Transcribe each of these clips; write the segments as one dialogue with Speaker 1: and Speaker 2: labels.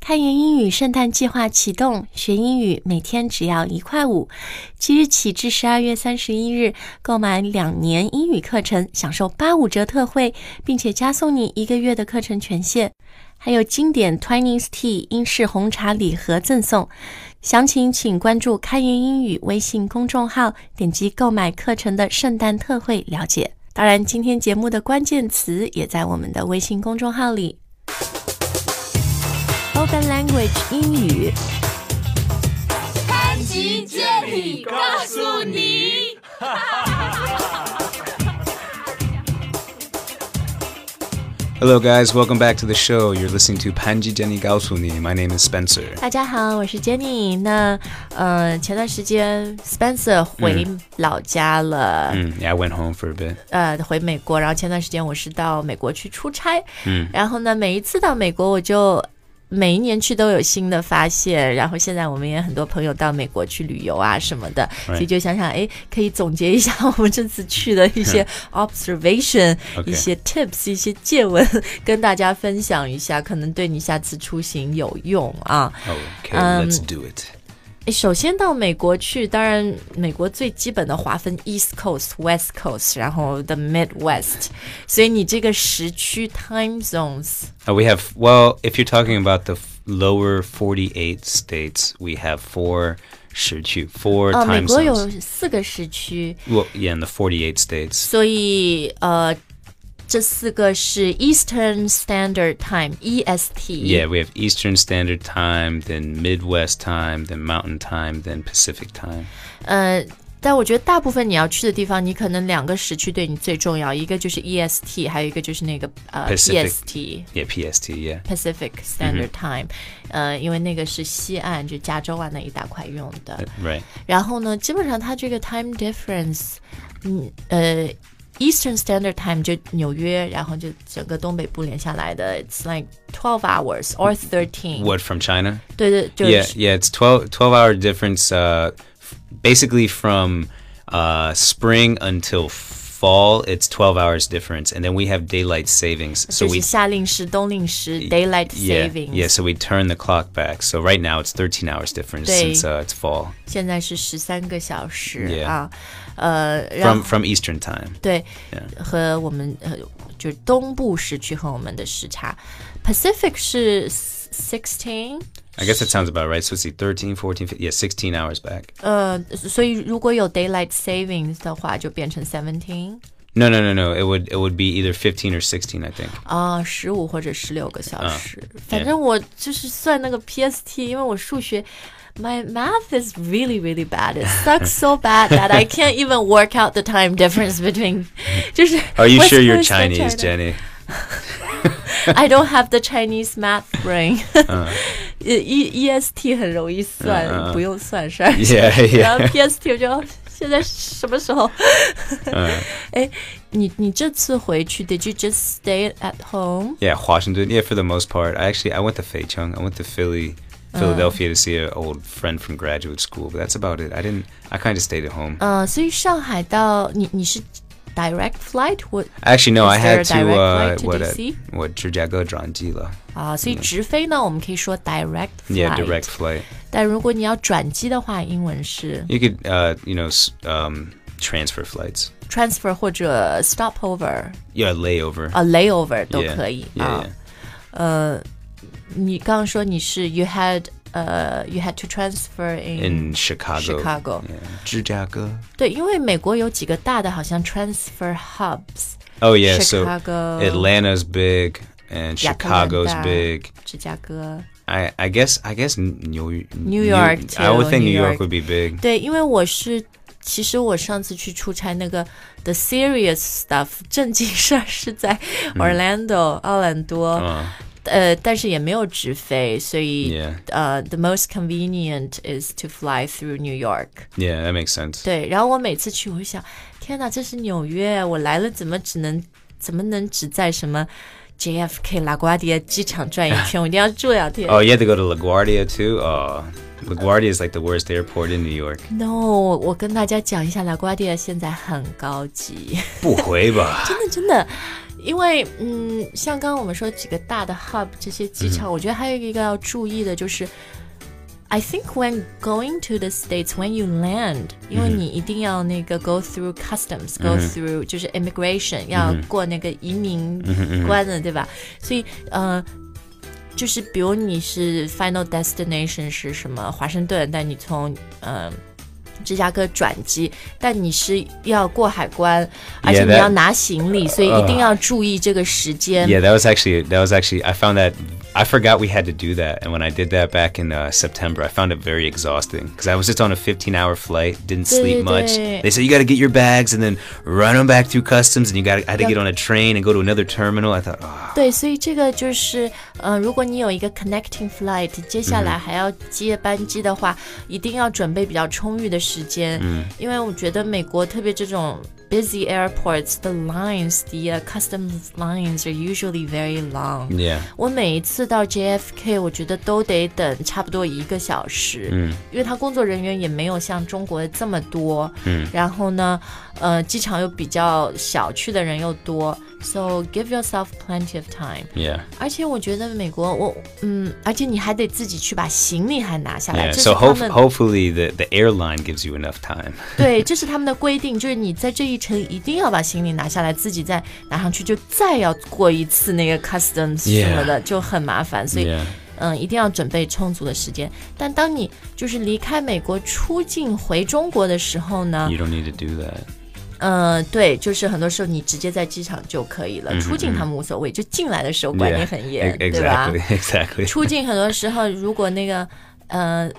Speaker 1: 开源英语圣诞计划启动，学英语每天只要一块五。即日起至十二月三十一日，购买两年英语课程，享受八五折特惠，并且加送你一个月的课程权限，还有经典 Twinings Tea 英式红茶礼盒赠送。详情请关注“开源英语”微信公众号，点击购买课程的圣诞特惠了解。当然，今天节目的关键词也在我们的微信公众号里。Open Language 英语。
Speaker 2: 潘吉接力告诉你，
Speaker 3: Hello, guys. Welcome back to the show. You're listening to Panji Jenny Gaosuni. My name is Spencer.
Speaker 1: 大家好，我是 Jenny。那呃，前段时间 Spencer 回老家了，
Speaker 3: Mm, yeah, I went home for a bit.
Speaker 1: 呃，回美国。然后前段时间我是到美国去出差，嗯，然后呢，每一次到美国我就。每一年去都有新的发现，然后现在我们也很多朋友到美国去旅游啊什么的，所以就想想，哎，可以总结一下我们这次去的一些 observation、
Speaker 3: OK
Speaker 1: 一些 tips、一些见闻，跟大家分享一下，可能对你下次出行有用啊。
Speaker 3: Oh, Okay, let's do it.
Speaker 1: 首先到美国去，当然美国最基本的划分 East Coast、West Coast，然后 the Midwest，所以你这个时区 time zones
Speaker 3: Uh, we have, well, if you're talking about the f- lower 48 states, we have four 时区, four
Speaker 1: 哦，美
Speaker 3: time
Speaker 1: 国有
Speaker 3: zones.
Speaker 1: 四个时区，
Speaker 3: Well, yeah, in the 48 states.
Speaker 1: 所以呃，这四个是 Eastern Standard E Time（EST）。
Speaker 3: Yeah, we have Eastern Standard Time, then Midwest Time, then Mountain Time, then Pacific Time.
Speaker 1: 呃，但我觉得大部分你要去的地方，你可能两个时区对你最重要，一个就是 EST，还有一个就是那个呃
Speaker 3: Pacific
Speaker 1: PST。
Speaker 3: Yeah, PST, yeah.
Speaker 1: Pacific Standard Time，、呃，
Speaker 3: Mm-hmm.
Speaker 1: 因为那个是西岸，就加州啊那一大块用的。
Speaker 3: Right.
Speaker 1: 然后呢，基本上它这个 time difference，嗯呃，Eastern Standard Time 就纽约，然后就整个东北部连下来的，it's like twelve hours or thirteen。
Speaker 3: What, from China?
Speaker 1: 对对，就
Speaker 3: yeah
Speaker 1: 是
Speaker 3: yeah it's 12, 12 hour difference uh, f- basically from uh, spring until fall it's 12 hours difference and then we have daylight savings so
Speaker 1: 就是
Speaker 3: we
Speaker 1: 夏令时、冬令时，daylight
Speaker 3: yeah,
Speaker 1: savings。
Speaker 3: yeah so we turn the clock back so right now it's 13 hours difference
Speaker 1: 对。
Speaker 3: since uh, it's fall
Speaker 1: 现在是十三个小时
Speaker 3: Yeah
Speaker 1: 啊，呃，然
Speaker 3: from
Speaker 1: 后
Speaker 3: from eastern time
Speaker 1: 对
Speaker 3: Yeah
Speaker 1: 和我们呃就是东部时区和我们的时差，Pacific 是 sixteen。
Speaker 3: i guess that sounds about right so let's see 13 14 15, yeah 16 hours back
Speaker 1: 呃，所以如果有 daylight savings 的话，就变成 seventeen
Speaker 3: no no no no it would it would be either 15 or 16 i think
Speaker 1: 啊，十五或者十六个小时。反
Speaker 3: yeah
Speaker 1: 正我就是算那个 PST，因为我数学。My math is really, really bad. It sucks so bad that I can't even work out the time difference between. 就是
Speaker 3: are you
Speaker 1: West
Speaker 3: sure you're
Speaker 1: Coast and
Speaker 3: chinese
Speaker 1: China.
Speaker 3: jenny
Speaker 1: I don't have the Chinese math brain.
Speaker 3: Uh.
Speaker 1: E E S T 很容易算，
Speaker 3: 嗯嗯
Speaker 1: 不用算事儿。
Speaker 3: Uh, yeah
Speaker 1: 然后
Speaker 3: yeah
Speaker 1: P S T 我就哦现在什么时候？
Speaker 3: 嗯
Speaker 1: 哎，你你这次回去，Did you just stay at home？
Speaker 3: Yeah, Washington. Yeah, for the most part. I actually I went to Feichung. I went to Philly,
Speaker 1: Oh.
Speaker 3: Philadelphia to see an old friend from graduate school. But that's about it. I didn't. I kind of stayed at home.
Speaker 1: 呃，所以上海到你你是 direct flight 我
Speaker 3: actually, no,
Speaker 1: is
Speaker 3: I
Speaker 1: there
Speaker 3: had
Speaker 1: a
Speaker 3: to
Speaker 1: direct flight
Speaker 3: uh,
Speaker 1: to
Speaker 3: what
Speaker 1: DC?
Speaker 3: uh, what 芝加哥转机了.
Speaker 1: 啊，所以直飞呢，我们可以说 direct
Speaker 3: Yeah,
Speaker 1: flight。
Speaker 3: direct flight.
Speaker 1: 但如果你要转机的话，英文是
Speaker 3: You could uh, you know s- um, transfer flights.
Speaker 1: transfer 或者 stopover
Speaker 3: Yeah, layover.
Speaker 1: 啊 layover 都
Speaker 3: yeah,
Speaker 1: 可以
Speaker 3: yeah,
Speaker 1: 啊
Speaker 3: yeah.。
Speaker 1: 呃，你刚刚说你是 you had 呃 you had to transfer in
Speaker 3: In Chicago. 嗯
Speaker 1: Chicago
Speaker 3: Yeah. 芝加哥.
Speaker 1: 对，因为美国有几个大的，好像 transfer hubs，
Speaker 3: Oh yeah,
Speaker 1: Chicago.
Speaker 3: so Atlanta's big and
Speaker 1: Yeah,
Speaker 3: Chicago's
Speaker 1: Atlanta.
Speaker 3: big.
Speaker 1: 芝加哥。
Speaker 3: I I guess I guess New
Speaker 1: New York
Speaker 3: I
Speaker 1: too,
Speaker 3: would think
Speaker 1: New
Speaker 3: New York,
Speaker 1: York.
Speaker 3: would be big.
Speaker 1: 对，因为我是，其实我上次去出差那个 the serious stuff 正经事儿是在 Orlando、奥兰多，
Speaker 3: Uh,
Speaker 1: 呃，但是也没有直飞，所以
Speaker 3: yeah,
Speaker 1: 呃、t h e most convenient is to fly through New York。
Speaker 3: yeah, that makes sense.
Speaker 1: 对，然后我每次去，我就想，天哪，这是纽约，我来了怎么只能怎么能只在什么 JFK 拉瓜迪亚机场转一圈？我一定要住两天。
Speaker 3: Oh, you had to go to LaGuardia too. Oh, LaGuardia is like the worst airport in New York.
Speaker 1: No，我跟大家讲一下，拉瓜迪亚现在很高级，
Speaker 3: 不会吧？
Speaker 1: 真的真的，因为嗯，像刚刚我们说几个大的 hub 这些机
Speaker 3: 嗯
Speaker 1: 场，我觉得还有一个要注意的就是。I think when going to the states, when you land，因
Speaker 3: 嗯
Speaker 1: 为你一定要那个 go through customs, go through 就是 immigration，要
Speaker 3: 嗯
Speaker 1: 过那个移民关的，对吧？所以呃，就是比如你是 final destination 是什么华盛顿，但你从嗯。芝加哥转机，但你是要过海关，而且
Speaker 3: Yeah,
Speaker 1: 你
Speaker 3: that-
Speaker 1: 要拿行李，所以一定要注意这个时间。
Speaker 3: Yeah, that was actually that was actually I found that I forgot we had to do that, and when I did that back in uh, September, I found it very exhausting because I was just on a 15-hour flight, didn't sleep much.
Speaker 1: Did-
Speaker 3: They said you got to get your bags and then run them back through customs, and you got I had to get on a train and go to another terminal. I thought, oh,
Speaker 1: 对，所以这个就是，呃，如果你有一个 connecting flight，接下来还要接班机的话，一定要准备比较充裕的时间，嗯，因为我觉得美国特别这种 busy airports，the lines，the、customs uh, lines are usually very long。
Speaker 3: yeah,
Speaker 1: 我每一次到 JFK，我觉得都得等差不多一个小时，嗯，因为他工作人员也没有像中国这么多，嗯，然后呢，呃，机场又比较小，去的人又多，so give yourself plenty of time。
Speaker 3: yeah,
Speaker 1: 而且我觉得美国，我嗯，而且你还得自己去把行李还拿下来
Speaker 3: yeah.
Speaker 1: 这是
Speaker 3: So
Speaker 1: 他
Speaker 3: hope
Speaker 1: 们
Speaker 3: hopefully the the airline gives you enough time.
Speaker 1: 对，这是他们的规定，就是你在这一程一定要把行李拿下来，自己再拿上去，就再要过一次那个 customs
Speaker 3: Yeah
Speaker 1: 什么的就很麻烦，所以
Speaker 3: Yeah
Speaker 1: 嗯，一定要准备充足的时间。但当你就是离开美国出境回中国的时候呢，
Speaker 3: You don't need to do that.
Speaker 1: 嗯，对，就是很多时候你直接在机场就可以了，出境他们无所谓，就进来的时候管你
Speaker 3: Yeah,
Speaker 1: 很
Speaker 3: e-
Speaker 1: 严，对吧？
Speaker 3: exactly, exactly.
Speaker 1: 出境很多时候，如果那个呃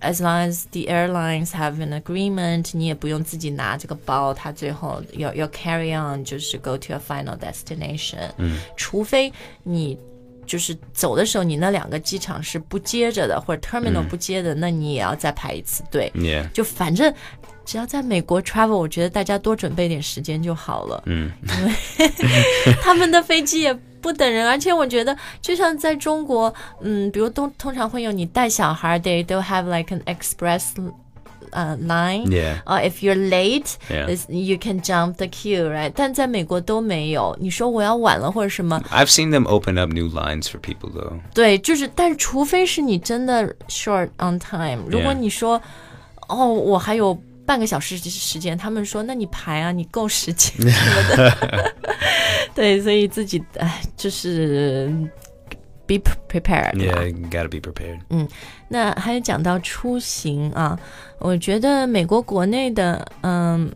Speaker 1: ，as long as the airlines have an agreement，你也不用自己拿这个包，它最后要要 carry on，就是 go to your final destination。嗯，除非你。就是走的时候，你那两个机场是不接着的，或者 terminal 不接的，那你也要再排一次队。
Speaker 3: Yeah.
Speaker 1: 就反正只要在美国 travel，我觉得大家多准备点时间就好了。嗯，因为 他们的飞机也不等人，而且我觉得就像在中国，嗯，比如通通常会有你带小孩，they do have like an express 呃 line。
Speaker 3: Yeah.
Speaker 1: 呃 i f you're late,
Speaker 3: Yeah.
Speaker 1: is- you can jump the queue, right? 但在美国都没有。你说我要晚了或者什么，
Speaker 3: I've seen them open up new lines for people though.
Speaker 1: 对，就是，但是除非是你真的 short on time，如果
Speaker 3: Yeah.
Speaker 1: 你说哦，我还有半个小时时间，他们说那你排啊，你够时 间什么的。对，所以自己哎，就是 be prepared 啦。
Speaker 3: Yeah, gotta be prepared.
Speaker 1: 那还有讲到出行啊，我觉得美国国内的，嗯，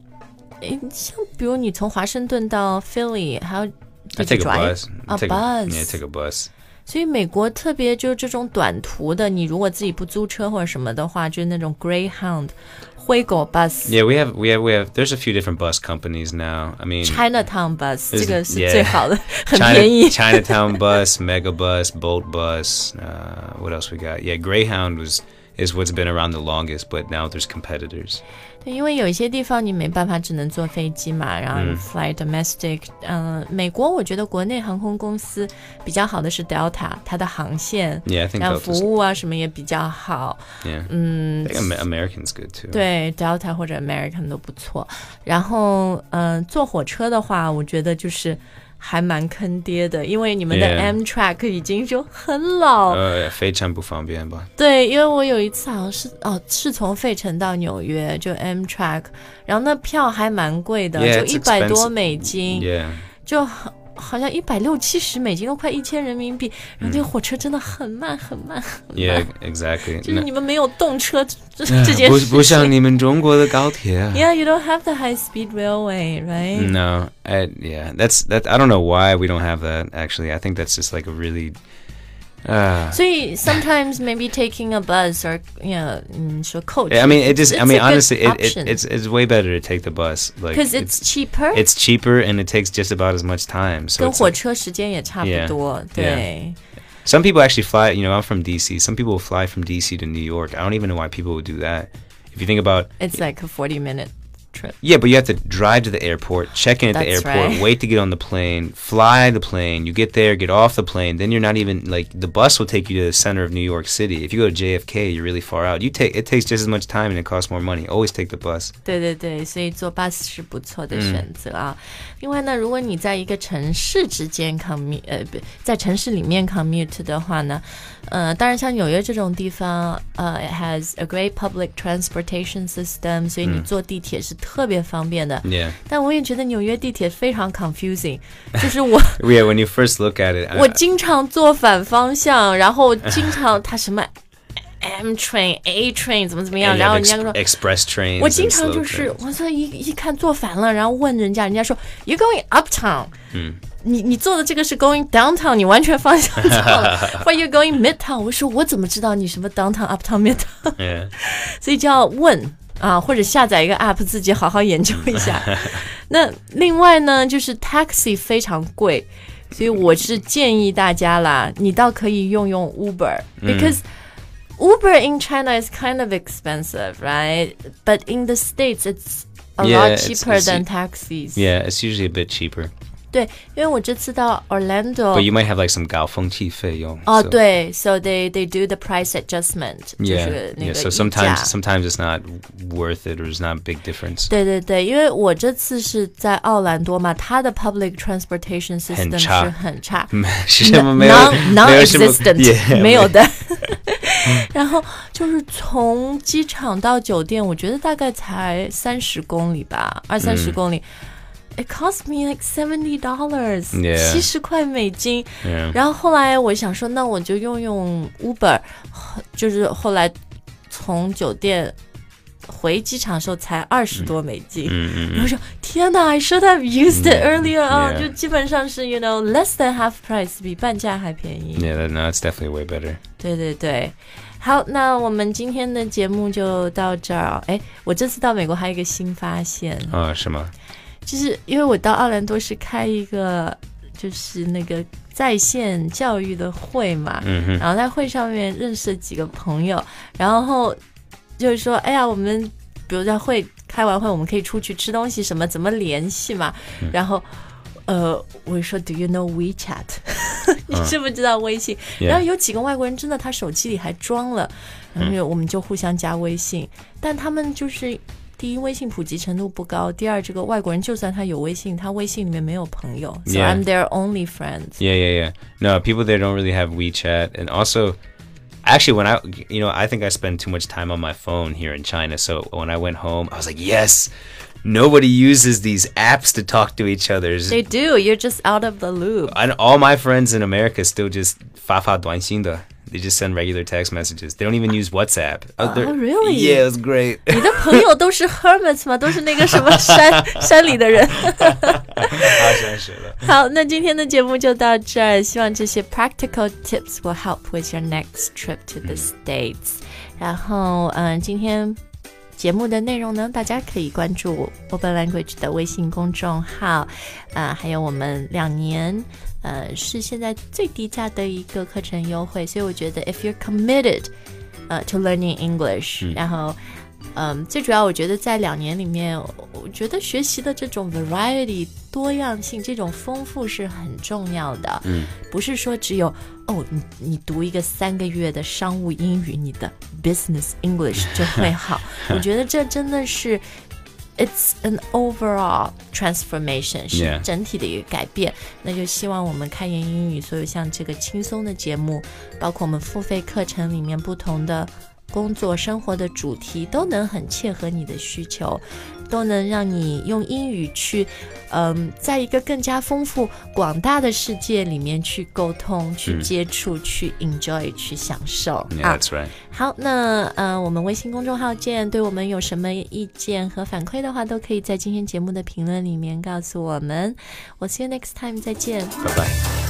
Speaker 1: 诶像比如你从华盛顿到 Philly，还有
Speaker 3: I
Speaker 1: did you
Speaker 3: take a
Speaker 1: drive？
Speaker 3: bus.
Speaker 1: A
Speaker 3: take
Speaker 1: bus.
Speaker 3: yeah, take a bus.
Speaker 1: 所以美国特别就是这种短途的，你如果自己不租车或者什么的话，就是那种 Greyhound 灰狗 bus、
Speaker 3: Yeah, we have we have we have. There's a few different bus companies now. I mean,
Speaker 1: Chinatown bus，
Speaker 3: Is-
Speaker 1: 这个是
Speaker 3: yeah
Speaker 1: 最好 的，很
Speaker 3: China-
Speaker 1: 便宜。
Speaker 3: Chinatown bus, Mega bus, Bolt bus. Uh, what else we got? Yeah, Greyhound was is what's been around the longest, but now there's competitors.
Speaker 1: 对，因为有一些地方你没办法，只能坐飞机嘛，然后
Speaker 3: 嗯
Speaker 1: fly domestic。嗯、美国我觉得国内航空公司比较好的是 Delta，它的航线
Speaker 3: Yeah, I think
Speaker 1: 然后
Speaker 3: Delta's.
Speaker 1: 服务啊什么也比较好。嗯
Speaker 3: Yeah, I think Amer- American's good too.
Speaker 1: 对，Delta 或者 American 都不错。然后，嗯、坐火车的话，我觉得就是还蛮坑爹的，因为你们的
Speaker 3: Yeah.
Speaker 1: Amtrak 已经就很老。
Speaker 3: Uh, 非常不方便吧。
Speaker 1: 对，因为我有一次好像是哦，是从费城到纽约，就 Amtrak，然后那票还蛮贵的
Speaker 3: Yeah,
Speaker 1: 就
Speaker 3: it's
Speaker 1: 一百多
Speaker 3: expensive.
Speaker 1: 美金
Speaker 3: Yeah,
Speaker 1: 就好好像一百六七十美金，都快一千人民币。然后
Speaker 3: 嗯
Speaker 1: 那个火车真的很慢很慢很慢
Speaker 3: yeah, exactly.
Speaker 1: 就是
Speaker 3: No-
Speaker 1: 你们没有动车 这这件
Speaker 3: 嗯不-
Speaker 1: 事情。
Speaker 3: 不像你们中国的高铁啊。
Speaker 1: Yeah, you don't have the high speed railway, right?
Speaker 3: No, I, yeah, that's that. I don't know why we don't have that. Actually, I think that's just like a really. Uh,
Speaker 1: 所以 sometimes maybe taking a bus or you know, 嗯，说 coach.
Speaker 3: I mean, it just. I
Speaker 1: It's a
Speaker 3: mean,
Speaker 1: good
Speaker 3: honestly, it, it,
Speaker 1: option.
Speaker 3: it's it's way better to take the bus. Like,
Speaker 1: because it's cheaper.
Speaker 3: it's cheaper and it takes just about as much time. So
Speaker 1: 跟
Speaker 3: it's
Speaker 1: 火
Speaker 3: like,
Speaker 1: 车时间也差不
Speaker 3: Yeah,
Speaker 1: 多对。
Speaker 3: some people actually fly. You know, I'm from DC. Some people fly from DC to New York. I don't even know why people would do that. If you think about
Speaker 1: It's like a forty minute trip.
Speaker 3: Yeah, but you have to drive to the airport, check in at the
Speaker 1: That's
Speaker 3: airport,
Speaker 1: right.
Speaker 3: wait to get on the plane, fly the plane. You get there, get off the plane. Then you're not even like the bus will take you to the center of New York City. If you go to JFK, you're really far out. You take it takes just as much time and it costs more money. Always take the bus.
Speaker 1: 对对对，所以坐 bus 是不错的选择
Speaker 3: Mm。
Speaker 1: 啊。另外呢，如果你在一个城市之间 commute，呃，不在城市里面 commute 的话呢，呃，当然像纽约这种地方，呃，it has a great public transportation system，所以
Speaker 3: Mm。
Speaker 1: 你坐地铁是特别方便的。
Speaker 3: Yeah.
Speaker 1: 但我也觉得纽约地铁非常 confusing，就是我
Speaker 3: Yeah, when you first look at it, I-
Speaker 1: 我经常坐反方向，然后经常它什么 M train、A train 怎么怎么
Speaker 3: and
Speaker 1: 样，
Speaker 3: you
Speaker 1: 然
Speaker 3: have
Speaker 1: 后人
Speaker 3: ex-
Speaker 1: 家说
Speaker 3: express trains.
Speaker 1: 我
Speaker 3: and
Speaker 1: 经常
Speaker 3: slow
Speaker 1: 就
Speaker 3: trains.
Speaker 1: 是我这一一看坐反了，然后问人家，人家说 You going uptown？嗯，你你坐的这个是 going downtown，你完全方向错了， 或 You going midtown？我说我怎么知道你什么 downtown、uptown、midtown？
Speaker 3: Yeah.
Speaker 1: 所以就要问啊，或者下载一个 app 自己好好研究一 下。那另外呢，就是 taxi 非常贵，所以我是建议大家啦，你倒可以用用
Speaker 3: 嗯
Speaker 1: Uber，because、Uber in China is kind of expensive, right? But in the States, it's a
Speaker 3: Yeah,
Speaker 1: lot
Speaker 3: it's-
Speaker 1: cheaper
Speaker 3: it's-
Speaker 1: than taxis.
Speaker 3: Yeah, it's usually a bit cheaper.
Speaker 1: 对，因为我这次到 Orlando，
Speaker 3: But you might have like some 高峰气费用.
Speaker 1: 哦、
Speaker 3: so-
Speaker 1: 对，so they they do the price adjustment，、就
Speaker 3: Yeah.
Speaker 1: 是那
Speaker 3: Yeah.
Speaker 1: 个
Speaker 3: So
Speaker 1: 溢
Speaker 3: sometimes
Speaker 1: 价
Speaker 3: sometimes it's not worth it or it's not a big difference.
Speaker 1: 对对对，因为我这次是在奥兰多嘛，它的 public transportation
Speaker 3: 很
Speaker 1: system
Speaker 3: 差
Speaker 1: 是很差
Speaker 3: 是什么没有-
Speaker 1: non
Speaker 3: 没有什么-
Speaker 1: non-existent，
Speaker 3: Yeah,
Speaker 1: 没有的。然后就是从机场到酒店，我觉得大概才三十公里吧，二三
Speaker 3: 嗯
Speaker 1: 十公里。It cost me like seventy dollars，
Speaker 3: Yeah
Speaker 1: 七十块美金。
Speaker 3: Yeah.
Speaker 1: 然后后来我想说，那我就用用 Uber，后就是后来从酒店回机场的时候才二十
Speaker 3: 嗯
Speaker 1: 多美金。我说天哪，I should have used it earlier 啊、
Speaker 3: 嗯 yeah
Speaker 1: 就基本上是 you know less than half price，比半价还便宜。
Speaker 3: Yeah, that- no, it's definitely way better.
Speaker 1: 对对对。好，那我们今天的节目就到这儿。哎，我这次到美国还有一个新发现，
Speaker 3: Oh, 是吗？
Speaker 1: 就是因为我到奥兰多是开一个就是那个在线教育的会嘛，
Speaker 3: 嗯哼
Speaker 1: 然后在会上面认识了几个朋友，然后就是说，哎呀，我们比如在会开完会，我们可以出去吃东西，什么怎么联系嘛，
Speaker 3: 嗯
Speaker 1: 然后。呃，我说，Do you know WeChat？你知不知道微信？
Speaker 3: 嗯 Yeah
Speaker 1: 然后有几个外国人真的，他手机里还装了，
Speaker 3: 嗯
Speaker 1: 然后我们就互相加微信，但他们就是第一，微信普及程度不高；第二，这个外国人就算他有微信，他微信里面没有朋友，so
Speaker 3: Yeah.
Speaker 1: I'm their only friends。
Speaker 3: Yeah, yeah, yeah. No, people there don't really have WeChat, and also, actually, when I, you know, I think I spend too much time on my phone here in China. So when I went home, I was like, yes, nobody uses these apps to talk to each other.
Speaker 1: They do. You're just out of the loop.
Speaker 3: And all my friends in America still just fa fa They just send regular text messages. They don't even use WhatsApp. Oh, they're-
Speaker 1: really?
Speaker 3: Yeah, it was great.
Speaker 1: 你的朋友都是 hermits 吗？都是那个什么山山里的人。好，那今天的节目就到这儿，希望这些 practical tips will help with your next trip to the States。然后，嗯、今天节目的内容呢，大家可以关注 Open Language 的微信公众号，呃，还有我们两年。呃，是现在最低价的一个课程优惠，所以我觉得 if you're committed，呃，to learning English，、然后，嗯，最主要我觉得在两年里面，我我觉得学习的这种 variety 多样性，这种丰富是很重要的。嗯，不是说只有哦，你你读一个三个月的商务英语，你的 business English 就会好。我觉得这真的是。It's an overall transformation，是
Speaker 3: Yeah
Speaker 1: 整体的一个改变。那就希望我们开言英语所有像这个轻松的节目，包括我们付费课程里面不同的工作生活的主题，都能很切合你的需求，都能让你用英语去，嗯，在一个更加丰富广大的世界里面去沟通、去接触、去 enjoy、去享受
Speaker 3: Yeah,
Speaker 1: 啊。
Speaker 3: that's right.
Speaker 1: 好，那呃，我们微信公众号见，对我们有什么意见和反馈的话，都可以在今天节目的评论里面告诉我们。我 see you next time，再见。
Speaker 3: Bye bye.